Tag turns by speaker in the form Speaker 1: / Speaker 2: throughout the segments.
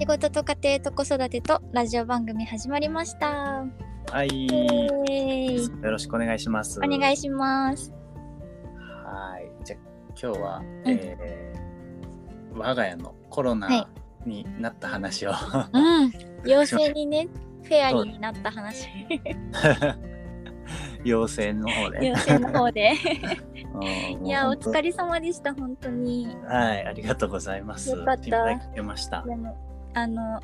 Speaker 1: 仕事と家庭と子育てとラジオ番組始まりました。
Speaker 2: はい、
Speaker 1: イエーイ
Speaker 2: よろしくお願いします。
Speaker 1: お願いします。
Speaker 2: はい、じゃあ今日は、えー我が家のコロ
Speaker 1: は
Speaker 2: ナになった話を、
Speaker 1: うん、陽性にね、フェアリーになった話、
Speaker 2: 陽性の方で。
Speaker 1: 陽性の方 で。
Speaker 2: うん
Speaker 1: いや、
Speaker 2: も
Speaker 1: お
Speaker 2: う本当
Speaker 1: 疲れ様でした、本当に。
Speaker 2: はい、ありがとうございます。
Speaker 1: よかった
Speaker 2: 心配かけました。
Speaker 1: でも、あの、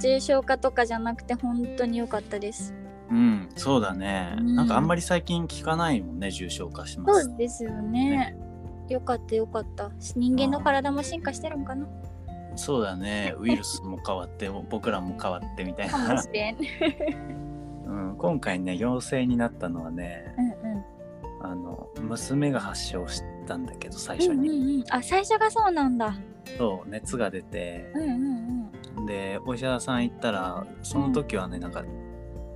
Speaker 1: 重症化とかじゃなくて、本当に良かったです。
Speaker 2: うん、そうだね。
Speaker 1: うん
Speaker 2: なんかあんまり最近聞かないもんね、重症化しま
Speaker 1: そ
Speaker 2: す。
Speaker 1: うですよね。よかったよかった。人間の体も進化してるんかな
Speaker 2: そう だね、ウイルスも変わって、僕らも変わってみたい
Speaker 1: かも
Speaker 2: な
Speaker 1: し。 れん。
Speaker 2: うん、今回ね、陽性になったのはね、
Speaker 1: うんうん。
Speaker 2: あの娘が発症したんだけど最
Speaker 1: う
Speaker 2: 初
Speaker 1: んう
Speaker 2: に、
Speaker 1: んうん。あ、最初がそうなんだ。
Speaker 2: そう熱が出て
Speaker 1: うんうん
Speaker 2: でお医者さん行ったらその時はね、なんか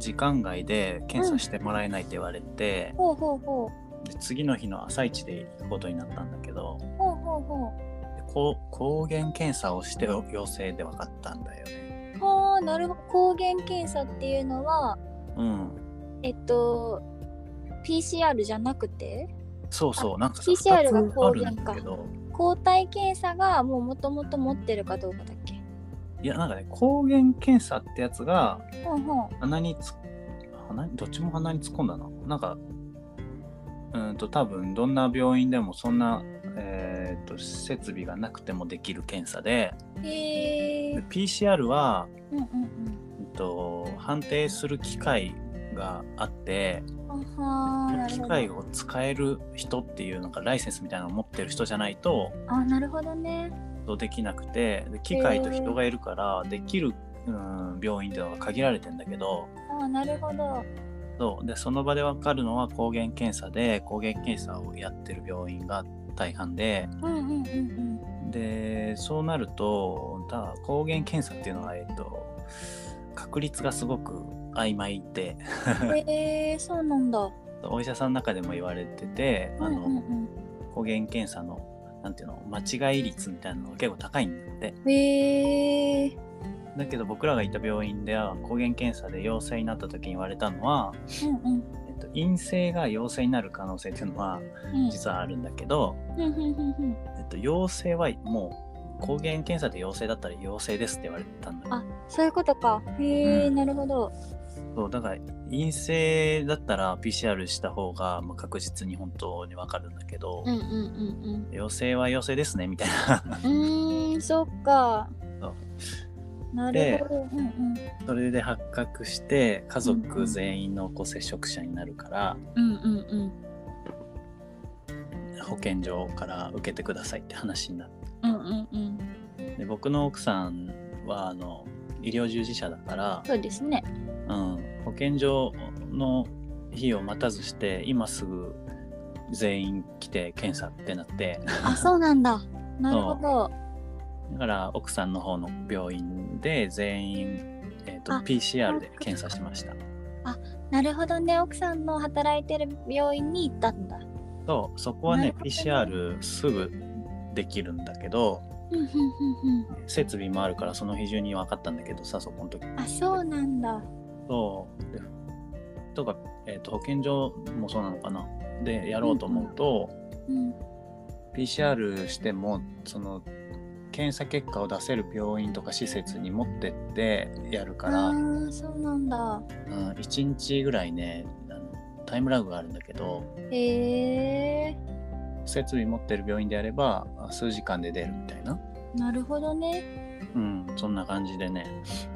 Speaker 2: 時間外で検査してもらえないって言われて
Speaker 1: うん。、ほうほうほう。
Speaker 2: で次の日の朝一で行くことになったんだけど
Speaker 1: ほうほうほ
Speaker 2: でこう抗原検査をして陽性で分かったんだよね。
Speaker 1: う。はあ、なるほど。抗原検査っていうのは、
Speaker 2: うん、
Speaker 1: えっと、PCR じゃなくて
Speaker 2: そうそうなんかさ
Speaker 1: PCR が
Speaker 2: 二つあるんだけど
Speaker 1: 抗体検査がもうもともと持ってるかどうかだっけ
Speaker 2: いやなんかね抗原検査ってやつが
Speaker 1: ほうほう。
Speaker 2: 鼻につ鼻にどっちも鼻に突っ込んだななんかうーんと多分どんな病院でもそんな、えー、と設備がなくてもできる検査で
Speaker 1: へえ
Speaker 2: で。PCR は、
Speaker 1: うんうん
Speaker 2: うんと、判定する機械があって
Speaker 1: うん。あはーなる
Speaker 2: 機
Speaker 1: ほ
Speaker 2: 械
Speaker 1: ど。
Speaker 2: を使える人っていうなんかライセンスみたいなのを持ってる人じゃないと
Speaker 1: あ、なるほどね。
Speaker 2: できなくてで機械と人がいるからできる、うん、病院っていうのが限られてんだけど。
Speaker 1: あ、なるほど。
Speaker 2: そうでその場で分かるのは抗原検査で抗原検査をやってる病院が大半で
Speaker 1: うんうんうんうん。
Speaker 2: でそうなるとただ抗原検査っていうのは、えっと、確率がすごく曖昧で
Speaker 1: へえー、そうなんだ。
Speaker 2: お医者さんの中でも言われててあの、
Speaker 1: うんうん
Speaker 2: 抗原検査のなんていうの間違い率みたいなのが結構高いんだって
Speaker 1: うん、へえ
Speaker 2: だけど僕らがいた病院では抗原検査で陽性になった時に言われたのは、
Speaker 1: ー、うんうん
Speaker 2: えっと、陰性が陽性になる可能性っていうのは
Speaker 1: うん。
Speaker 2: 実はあるんだけど、
Speaker 1: うんうんうんうん。
Speaker 2: えっと、陽性はもう抗原検査で陽性だったら陽性ですって言われたんだ
Speaker 1: あそういうことか。へえ、
Speaker 2: うん
Speaker 1: なるほど。
Speaker 2: そうだから陰性だったら PCR した方がまあ確実に本当にわかるんだけど、
Speaker 1: うんうん
Speaker 2: 陽性は陽性ですねみたいな
Speaker 1: うんうん。うーん、そっか
Speaker 2: そう。
Speaker 1: なるほど。うんうん。
Speaker 2: それで発覚して家族全員のこう接触者になるから、
Speaker 1: うんうんうん。
Speaker 2: 保健所から受けてくださいって話になっ
Speaker 1: うんうんうん。
Speaker 2: てで僕の奥さんはあの医療従事者だから、
Speaker 1: そうです ね。
Speaker 2: うん、保健所の日を待たずして今すぐ全員来て検査ってなって
Speaker 1: あ、そうなんだ。なるほど。
Speaker 2: だから奥さんの方の病院で全員、えー、と
Speaker 1: あ
Speaker 2: PCR で検査しました
Speaker 1: なるほどね。奥さんの働いてる病院に行ったんだ。
Speaker 2: とそこはね
Speaker 1: なるほどね
Speaker 2: PCR すぐできるんだけど
Speaker 1: うんうんうん
Speaker 2: 設備もあるからその日中に分かったんだけどさそこの時
Speaker 1: うん。あ、そうなんだ。
Speaker 2: とでとか、えー、と保健所もそうなのかなでやろうと思うと、
Speaker 1: うん。
Speaker 2: PCR してもその検査結果を出せる病院とか施設に持ってってやるから、
Speaker 1: あ
Speaker 2: うん
Speaker 1: ーそうなんだ。
Speaker 2: 1日ぐらいねあのタイムラグがあるんだけど
Speaker 1: へえ。
Speaker 2: 設備持ってる病院であればあ数時間で出るみたいな、
Speaker 1: なるほどね。
Speaker 2: うん、そんな感じでね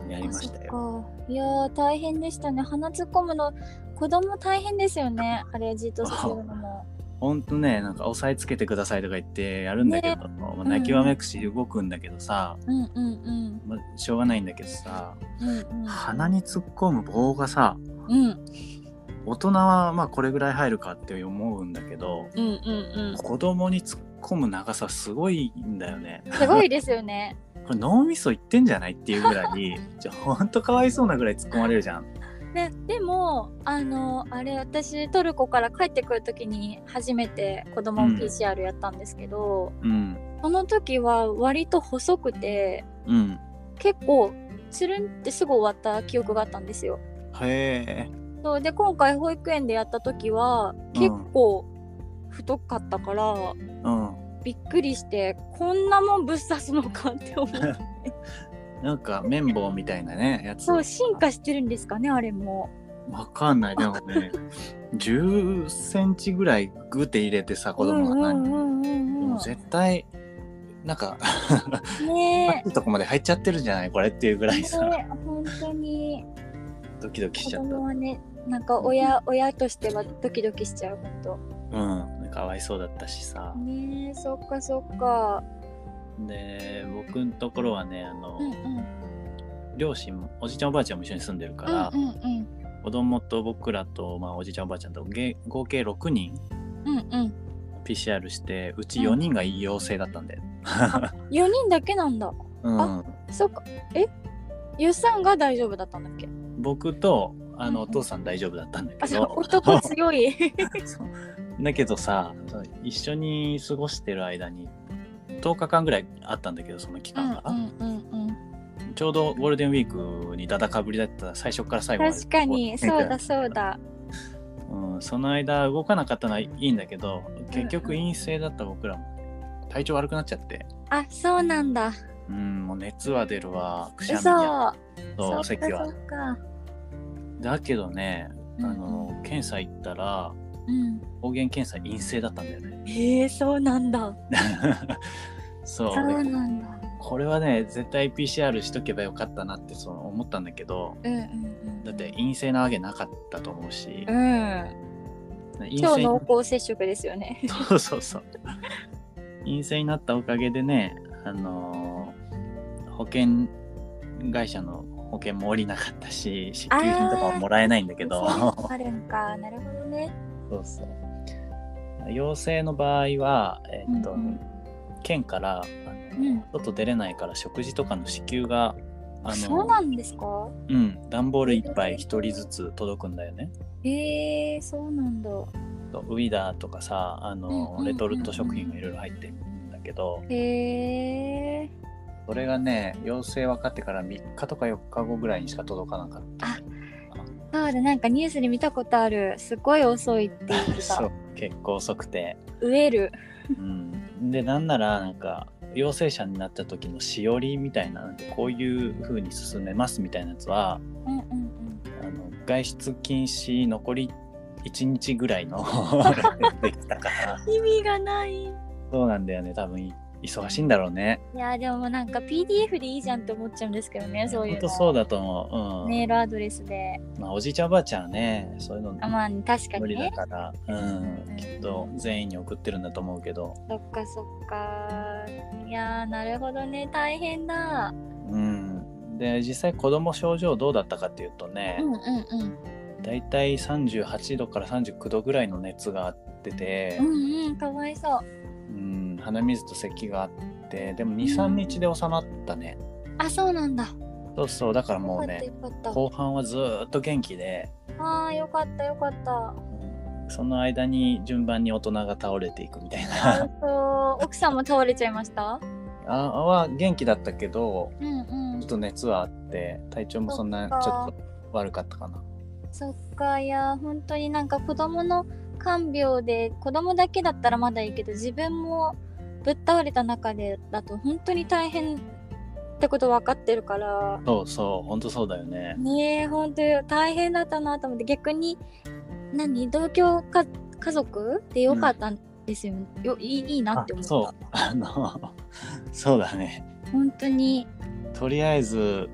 Speaker 2: やりましたよ。
Speaker 1: あそっかいやー大変でしたね鼻突っ込むの子供大変ですよねあれじっとするの も
Speaker 2: ほんとねなんか押さえつけてくださいとか言ってやるんだけど、もう泣きわめくし動くんだけどさ、
Speaker 1: うんうんうん
Speaker 2: まあしょうがないんだけどさ、
Speaker 1: うんうん
Speaker 2: 鼻に突っ込む棒がさ
Speaker 1: うん
Speaker 2: 大人はまあこれぐらい入るかって思うんだけど
Speaker 1: うんうんうん
Speaker 2: 子供に突っ込む長さすごいんだよね。
Speaker 1: すごいですよね
Speaker 2: これ脳みそいってんじゃないっていうぐらいじゃほんとかわいそうなぐらい突っ込まれるじゃん。
Speaker 1: ねでもあのあれ私トルコから帰ってくる時に初めて子供
Speaker 2: う
Speaker 1: を
Speaker 2: ん
Speaker 1: PCR やったんですけど、
Speaker 2: うん
Speaker 1: その時は割と細くて
Speaker 2: うん
Speaker 1: 結構つるんってすぐ終わった記憶があったんですよ。
Speaker 2: へえ
Speaker 1: そうで今回保育園でやった時は結構太かったから、
Speaker 2: うん
Speaker 1: びっくりしてこんなもんぶっ刺すのかって思う
Speaker 2: なんか綿棒みたいなねやつ
Speaker 1: そう進化してるんですかねあれも
Speaker 2: わかんないでもね10センチぐらいグって入れてさ子供が
Speaker 1: うんう
Speaker 2: 何、
Speaker 1: んうんうん
Speaker 2: もう絶対なんか
Speaker 1: ね
Speaker 2: いいとこまで入っちゃってるじゃないこれっていうぐら
Speaker 1: え
Speaker 2: いさ
Speaker 1: ねえ本当に
Speaker 2: ドキドキし
Speaker 1: 子
Speaker 2: ちゃった
Speaker 1: 供はねなんか親親としてはドキドキしちゃう本
Speaker 2: うんかわいそうだったしさ
Speaker 1: 当ねえそっかそっか
Speaker 2: で僕のところはねあの、
Speaker 1: うんうん
Speaker 2: 両親もおじいちゃんおばあちゃんも一緒に住んでるか
Speaker 1: う
Speaker 2: ら、
Speaker 1: んうん
Speaker 2: 子供と僕らと、まあ、おじいちゃんおばあちゃんとげ合計6人
Speaker 1: うんうんうん
Speaker 2: PCR してうち4人が陽性だったんだよ。
Speaker 1: 4人だけなんだ
Speaker 2: うん、
Speaker 1: そっかえゆっさんが大丈夫だったんだっけ
Speaker 2: 僕とあの、
Speaker 1: うんうん
Speaker 2: お父さん大丈夫だったんだ
Speaker 1: あ
Speaker 2: け
Speaker 1: そう
Speaker 2: ど
Speaker 1: 男強い
Speaker 2: そうだけどさそう一緒に過ごしてる間に10日間ぐらいあったんだけどその期
Speaker 1: うん
Speaker 2: 間が、
Speaker 1: うんうんうん
Speaker 2: ちょうどゴールデンウィークにだだかぶりだった最初から最後まで
Speaker 1: 確かにそうだそうだ
Speaker 2: うん、その間動かなかったのはいいんだけど結局陰性だった僕らも体調悪くなっちゃって、
Speaker 1: あそうなんだ
Speaker 2: うん、もう熱は出るわくしゃみ
Speaker 1: 嘘
Speaker 2: や
Speaker 1: そ
Speaker 2: と
Speaker 1: うそっか
Speaker 2: 咳
Speaker 1: そ
Speaker 2: は
Speaker 1: っか
Speaker 2: だけどねあ
Speaker 1: うん
Speaker 2: の検査行ったら
Speaker 1: うん
Speaker 2: 抗原検査陰性だったんだよね
Speaker 1: へえそうなんだ
Speaker 2: そう
Speaker 1: そう
Speaker 2: で
Speaker 1: なんだ
Speaker 2: これはね絶対 PCR しとけばよかったなってその思ったんだけど
Speaker 1: うんうん
Speaker 2: だって陰性なわけなかったと思うし
Speaker 1: う、ん
Speaker 2: 陰
Speaker 1: 超
Speaker 2: 性
Speaker 1: 濃厚接触ですよね
Speaker 2: そうそうそう。陰性になったおかげでね、あのー保険会社の保険も下りなかったし、支給品とかももらえないんだけど、
Speaker 1: そうあるんかなるほどね
Speaker 2: そうそう。陽性の場合は、えっと、
Speaker 1: うんうん
Speaker 2: 県から、あの
Speaker 1: うん
Speaker 2: 外出れないから食事とかの支給が、あ
Speaker 1: そう
Speaker 2: の、
Speaker 1: なんですか
Speaker 2: うん、段ボールいっぱい一人ずつ届くんだよね。
Speaker 1: へえそうなんだ
Speaker 2: とウィダーとかさ、あ
Speaker 1: うんうんうん
Speaker 2: の
Speaker 1: う、ん
Speaker 2: レトルト食品がいろいろ入ってるんだけど、
Speaker 1: へえ
Speaker 2: それがね、陽性分かってから3日とか4日後ぐらいにしか届かなかった。
Speaker 1: そうだなんかニュースで見たことあるすごい遅いって言って
Speaker 2: そ
Speaker 1: た
Speaker 2: う結構遅 くて。
Speaker 1: 植える
Speaker 2: うん、で、なんなら、なんか、陽性者になった時のしおりみたいな、なんかこういう風に進めますみたいなやつは、
Speaker 1: うんうんうん
Speaker 2: あの外出禁止残り1日ぐらい のできたから、
Speaker 1: 意味がないい
Speaker 2: そうなんだよね、多分忙しいんだろうね。
Speaker 1: やでもなんか PDF でいいじゃんって思っちゃうんですけどねそうい
Speaker 2: 本
Speaker 1: う
Speaker 2: 当
Speaker 1: の
Speaker 2: そうだと思う。うん
Speaker 1: メールアドレスで
Speaker 2: まあ、おじいちゃんおばあちゃんはね、そういうの
Speaker 1: あまあ確か
Speaker 2: 無
Speaker 1: に
Speaker 2: 理だ
Speaker 1: ね
Speaker 2: から、うん、きっと全員に送ってるんだと思うけど、
Speaker 1: そっかそっかいやーなるほどね大変だ
Speaker 2: うん、で実際子供症状どうだったかっていうとね、
Speaker 1: うんうん
Speaker 2: だいたい38度から39度ぐらいの熱があってて
Speaker 1: う、んうんかわいそう
Speaker 2: うん鼻水と咳があってでも
Speaker 1: う
Speaker 2: 23
Speaker 1: ん
Speaker 2: 日で収まったね、
Speaker 1: あそうなんだよ
Speaker 2: そうそうだからも
Speaker 1: か
Speaker 2: う
Speaker 1: った
Speaker 2: ね
Speaker 1: よかった
Speaker 2: 後半はずーっと元気で、
Speaker 1: あーよかったよか った
Speaker 2: うんその間に順番に大人が倒れていくみたい
Speaker 1: あ
Speaker 2: な
Speaker 1: と奥さんも倒れちゃいました
Speaker 2: あは元気だったけど
Speaker 1: うんうん
Speaker 2: ちょっと熱はあって体調もそんな
Speaker 1: そっか
Speaker 2: ちょっと悪かったかな。
Speaker 1: そっかいやー本当になんか子供の看病で子供だけだったらまだいいけど自分もぶっ倒れた中でだと本当に大変ってこと分かってるから
Speaker 2: そうそう、本当そうだよね。
Speaker 1: ねえ本当に大変だったなと思って逆に何同居か家族でよかったんですよ,、よいいいいな
Speaker 2: あ
Speaker 1: って思った
Speaker 2: そう、 あの、そうだね。
Speaker 1: 本当に
Speaker 2: とりあえず、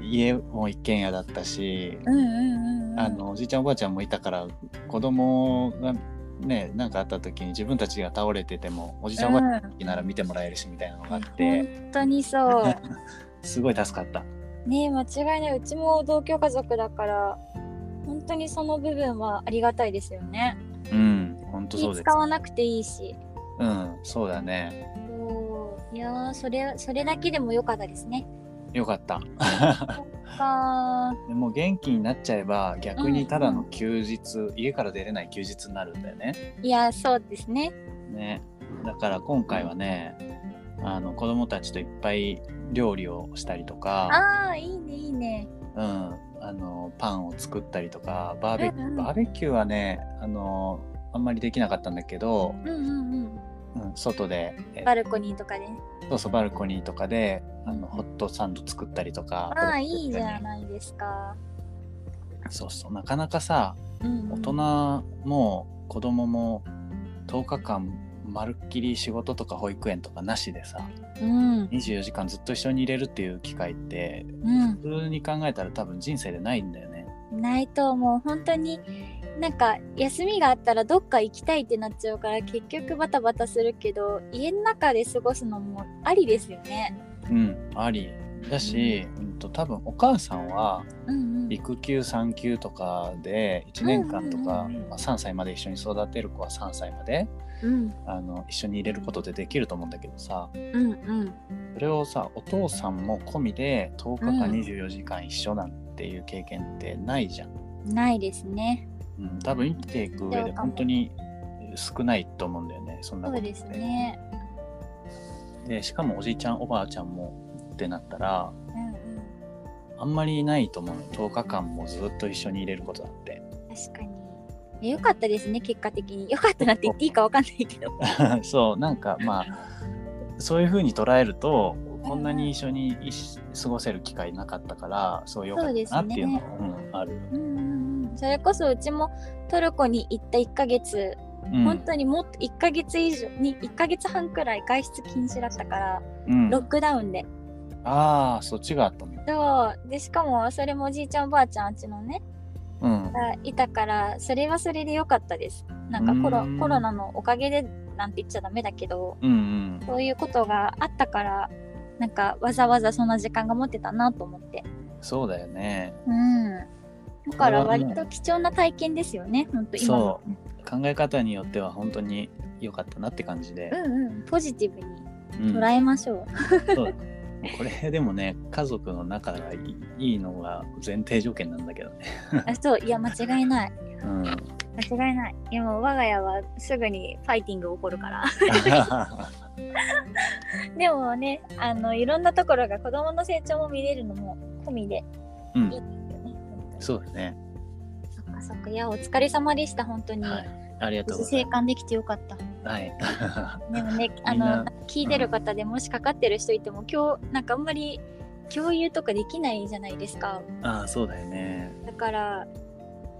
Speaker 2: 家も一軒家だったし、
Speaker 1: うんうんうん、うん、
Speaker 2: あの、おじいちゃんおばあちゃんもいたから、子供がね、なんかあった時に自分たちが倒れてても、おじいちゃんおばあちゃんの時なら見てもらえるしみたいなのがあって、
Speaker 1: 本当に そう
Speaker 2: すごい助かった。
Speaker 1: ねえ間違いないうちも同居家族だから本当にその部分はありがたいですよね
Speaker 2: うん、本当そう
Speaker 1: 気
Speaker 2: です
Speaker 1: 使。わなくていいし
Speaker 2: うん、そうだね。
Speaker 1: そういやーそれそれだけでも良かったですね
Speaker 2: よかった。
Speaker 1: あ
Speaker 2: でもう元気になっちゃえば、逆にただの休日、家から出れない休日になるんだよね。
Speaker 1: ーいやーそうですね
Speaker 2: ね、だから今回はね、ああの子供たちといっぱい料理をしたりとか、
Speaker 1: ああいいねいいね
Speaker 2: うん、あのパンを作ったりとかバー
Speaker 1: う
Speaker 2: ベ,、
Speaker 1: んうん
Speaker 2: バーベキューはねあのあんまりできなかったんだけど、
Speaker 1: うんうんうん
Speaker 2: うん、外で、え
Speaker 1: バルコニーとかね
Speaker 2: そうそうバルコニーとかであのホットサンド作ったりとか
Speaker 1: ああいいじゃ
Speaker 2: ん
Speaker 1: ないですか、
Speaker 2: そうそうなかなかさ
Speaker 1: うんうん
Speaker 2: 大人も子供も10日間まるっきり仕事とか保育園とかなしでさ
Speaker 1: うん
Speaker 2: 24時間ずっと一緒にいれるっていう機会って
Speaker 1: うん
Speaker 2: 普通に考えたら多分人生でないんだよね。
Speaker 1: ないと思う本当になんか休みがあったらどっか行きたいってなっちゃうから結局バタバタするけど家の中で過ごすのもありですよね
Speaker 2: うん、ありだし、うん、と多分お母さんは
Speaker 1: うんうん
Speaker 2: 育休産休とかで1年間とか、
Speaker 1: うんうんうんうん
Speaker 2: まあ、3歳まで一緒に育てる子は3歳まで
Speaker 1: うん
Speaker 2: あの一緒に入れることでできると思うんだけどさ
Speaker 1: うんうん
Speaker 2: それをさお父さんも込みで10日間
Speaker 1: うん
Speaker 2: 24時間一緒なんていう経験ってないじゃん、
Speaker 1: ないですね
Speaker 2: うん、多分生きていく上
Speaker 1: そ
Speaker 2: で
Speaker 1: うかも
Speaker 2: 本当に少ないと思うんだよねそんな
Speaker 1: そ
Speaker 2: こと
Speaker 1: う
Speaker 2: って
Speaker 1: ですね
Speaker 2: でしかもおじいちゃんおばあちゃんもってなったら
Speaker 1: うんうん
Speaker 2: あんまりないと思うの10日間もずっと一緒に入れることだって
Speaker 1: 確かにえよかったですね結果的によかったなって言っていいかわかんないけど
Speaker 2: そうなんかまあそういうふうに捉えるとこんなに一緒にいし過ごせる機会なかったからそうよかったなっていうのがうんある。
Speaker 1: うんうんうんそれこそうちもトルコに行った1ヶ月、
Speaker 2: うん
Speaker 1: 本当にもっと1ヶ月以上に1ヶ月半くらい外出禁止だったから、
Speaker 2: うん
Speaker 1: ロックダウンで
Speaker 2: ああそっちがあったの。
Speaker 1: そうでしかもそれもおじいちゃんおばあちゃんあっちのね
Speaker 2: うん。
Speaker 1: がいたからそれはそれで良かったですなんかコロ
Speaker 2: うん
Speaker 1: コロナのおかげでなんて言っちゃダメだけど
Speaker 2: うん
Speaker 1: そういうことがあったからなんかわざわざそんな時間が持ってたなと思って
Speaker 2: うん、そうだよね。
Speaker 1: うんだから割と貴重な体験ですよね本当今の
Speaker 2: そう考え方によっては本当に良かったなって感じで、
Speaker 1: うんうん、ポジティブに
Speaker 2: うん
Speaker 1: 捉えまし ょ
Speaker 2: そうこれでもね家族の仲がいいいいのが前提条件なんだけどね、
Speaker 1: う。あそういや間違いない
Speaker 2: うん、
Speaker 1: 間違いない。いやもう我が家はすぐにファイティング起こるから。でもねあのいろんなところが子供の成長も見れるのも込みで
Speaker 2: う
Speaker 1: いい
Speaker 2: ん
Speaker 1: ですよね。本当に
Speaker 2: そうだね
Speaker 1: そっかそっかいやお疲れ様でした本当に。
Speaker 2: はいありが
Speaker 1: 無
Speaker 2: とう
Speaker 1: 事
Speaker 2: ござ
Speaker 1: 生
Speaker 2: いま
Speaker 1: 還できてよかった。です
Speaker 2: はい
Speaker 1: もねあ
Speaker 2: みんな
Speaker 1: の聞いてる方でもしかかってる人いても今日なんかあんまり共有とかできないじゃないですか。
Speaker 2: ああそうだよね
Speaker 1: だから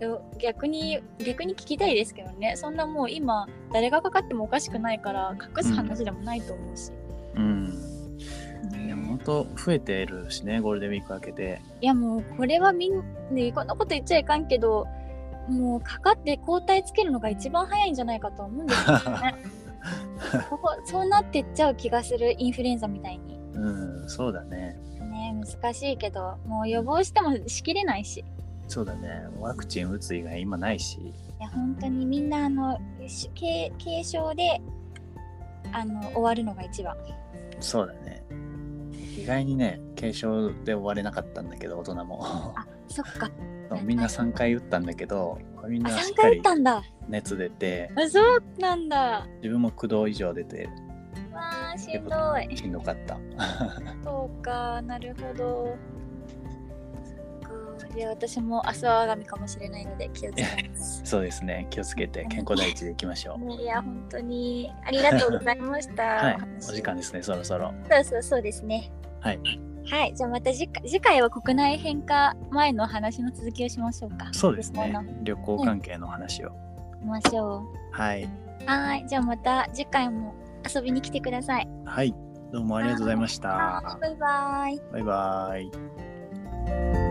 Speaker 1: よ逆に逆に聞きたいですけどねそんなもう今誰がかかってもおかしくないから隠す話でもないと思うし、
Speaker 2: うんいや本当増えてるしねゴールデンウィーク明けて
Speaker 1: いやもうこれはみんねこんなこと言っちゃいかんけどもうかかって抗体つけるのが一番早いんじゃないかと思うんですよね ここそうなってっちゃう気がするインフルエンザみたいに
Speaker 2: うんそうだね
Speaker 1: ね難しいけどもう予防してもしきれないし
Speaker 2: そうだねワクチン打つ以外今ないし
Speaker 1: いや本当にみんなあのし軽軽症であの終わるのが一番
Speaker 2: そうだね意外にね軽症で終われなかったんだけど大人も
Speaker 1: あそっか
Speaker 2: そう みんな3回打ったんだけどみん
Speaker 1: あ
Speaker 2: なし
Speaker 1: 3
Speaker 2: っか
Speaker 1: 回打
Speaker 2: り
Speaker 1: ったんだ
Speaker 2: 熱出て
Speaker 1: あそうなんだ
Speaker 2: 自分も9度以上出て
Speaker 1: わあし
Speaker 2: 結
Speaker 1: んど
Speaker 2: 構
Speaker 1: い
Speaker 2: しんどかった
Speaker 1: そうかなるほどそっかじゃあ私も明日は我が身かもしれないので気をつけます
Speaker 2: そうですね気をつけて健康第一でいきましょう
Speaker 1: いや本当にありがとうございました
Speaker 2: はい
Speaker 1: 話
Speaker 2: お時間ですねそろそろ
Speaker 1: そうそうそうですね
Speaker 2: はい
Speaker 1: はいじゃあまた次回次回は国内変化前の話の続きをしましょうか
Speaker 2: そうですね
Speaker 1: 旅行の
Speaker 2: 旅行関係の話を、
Speaker 1: しましょ
Speaker 2: はい、
Speaker 1: うはいじゃあまた次回も遊びに来てください
Speaker 2: はい、どうもありがとうございました
Speaker 1: はいバイバイ
Speaker 2: バイバイ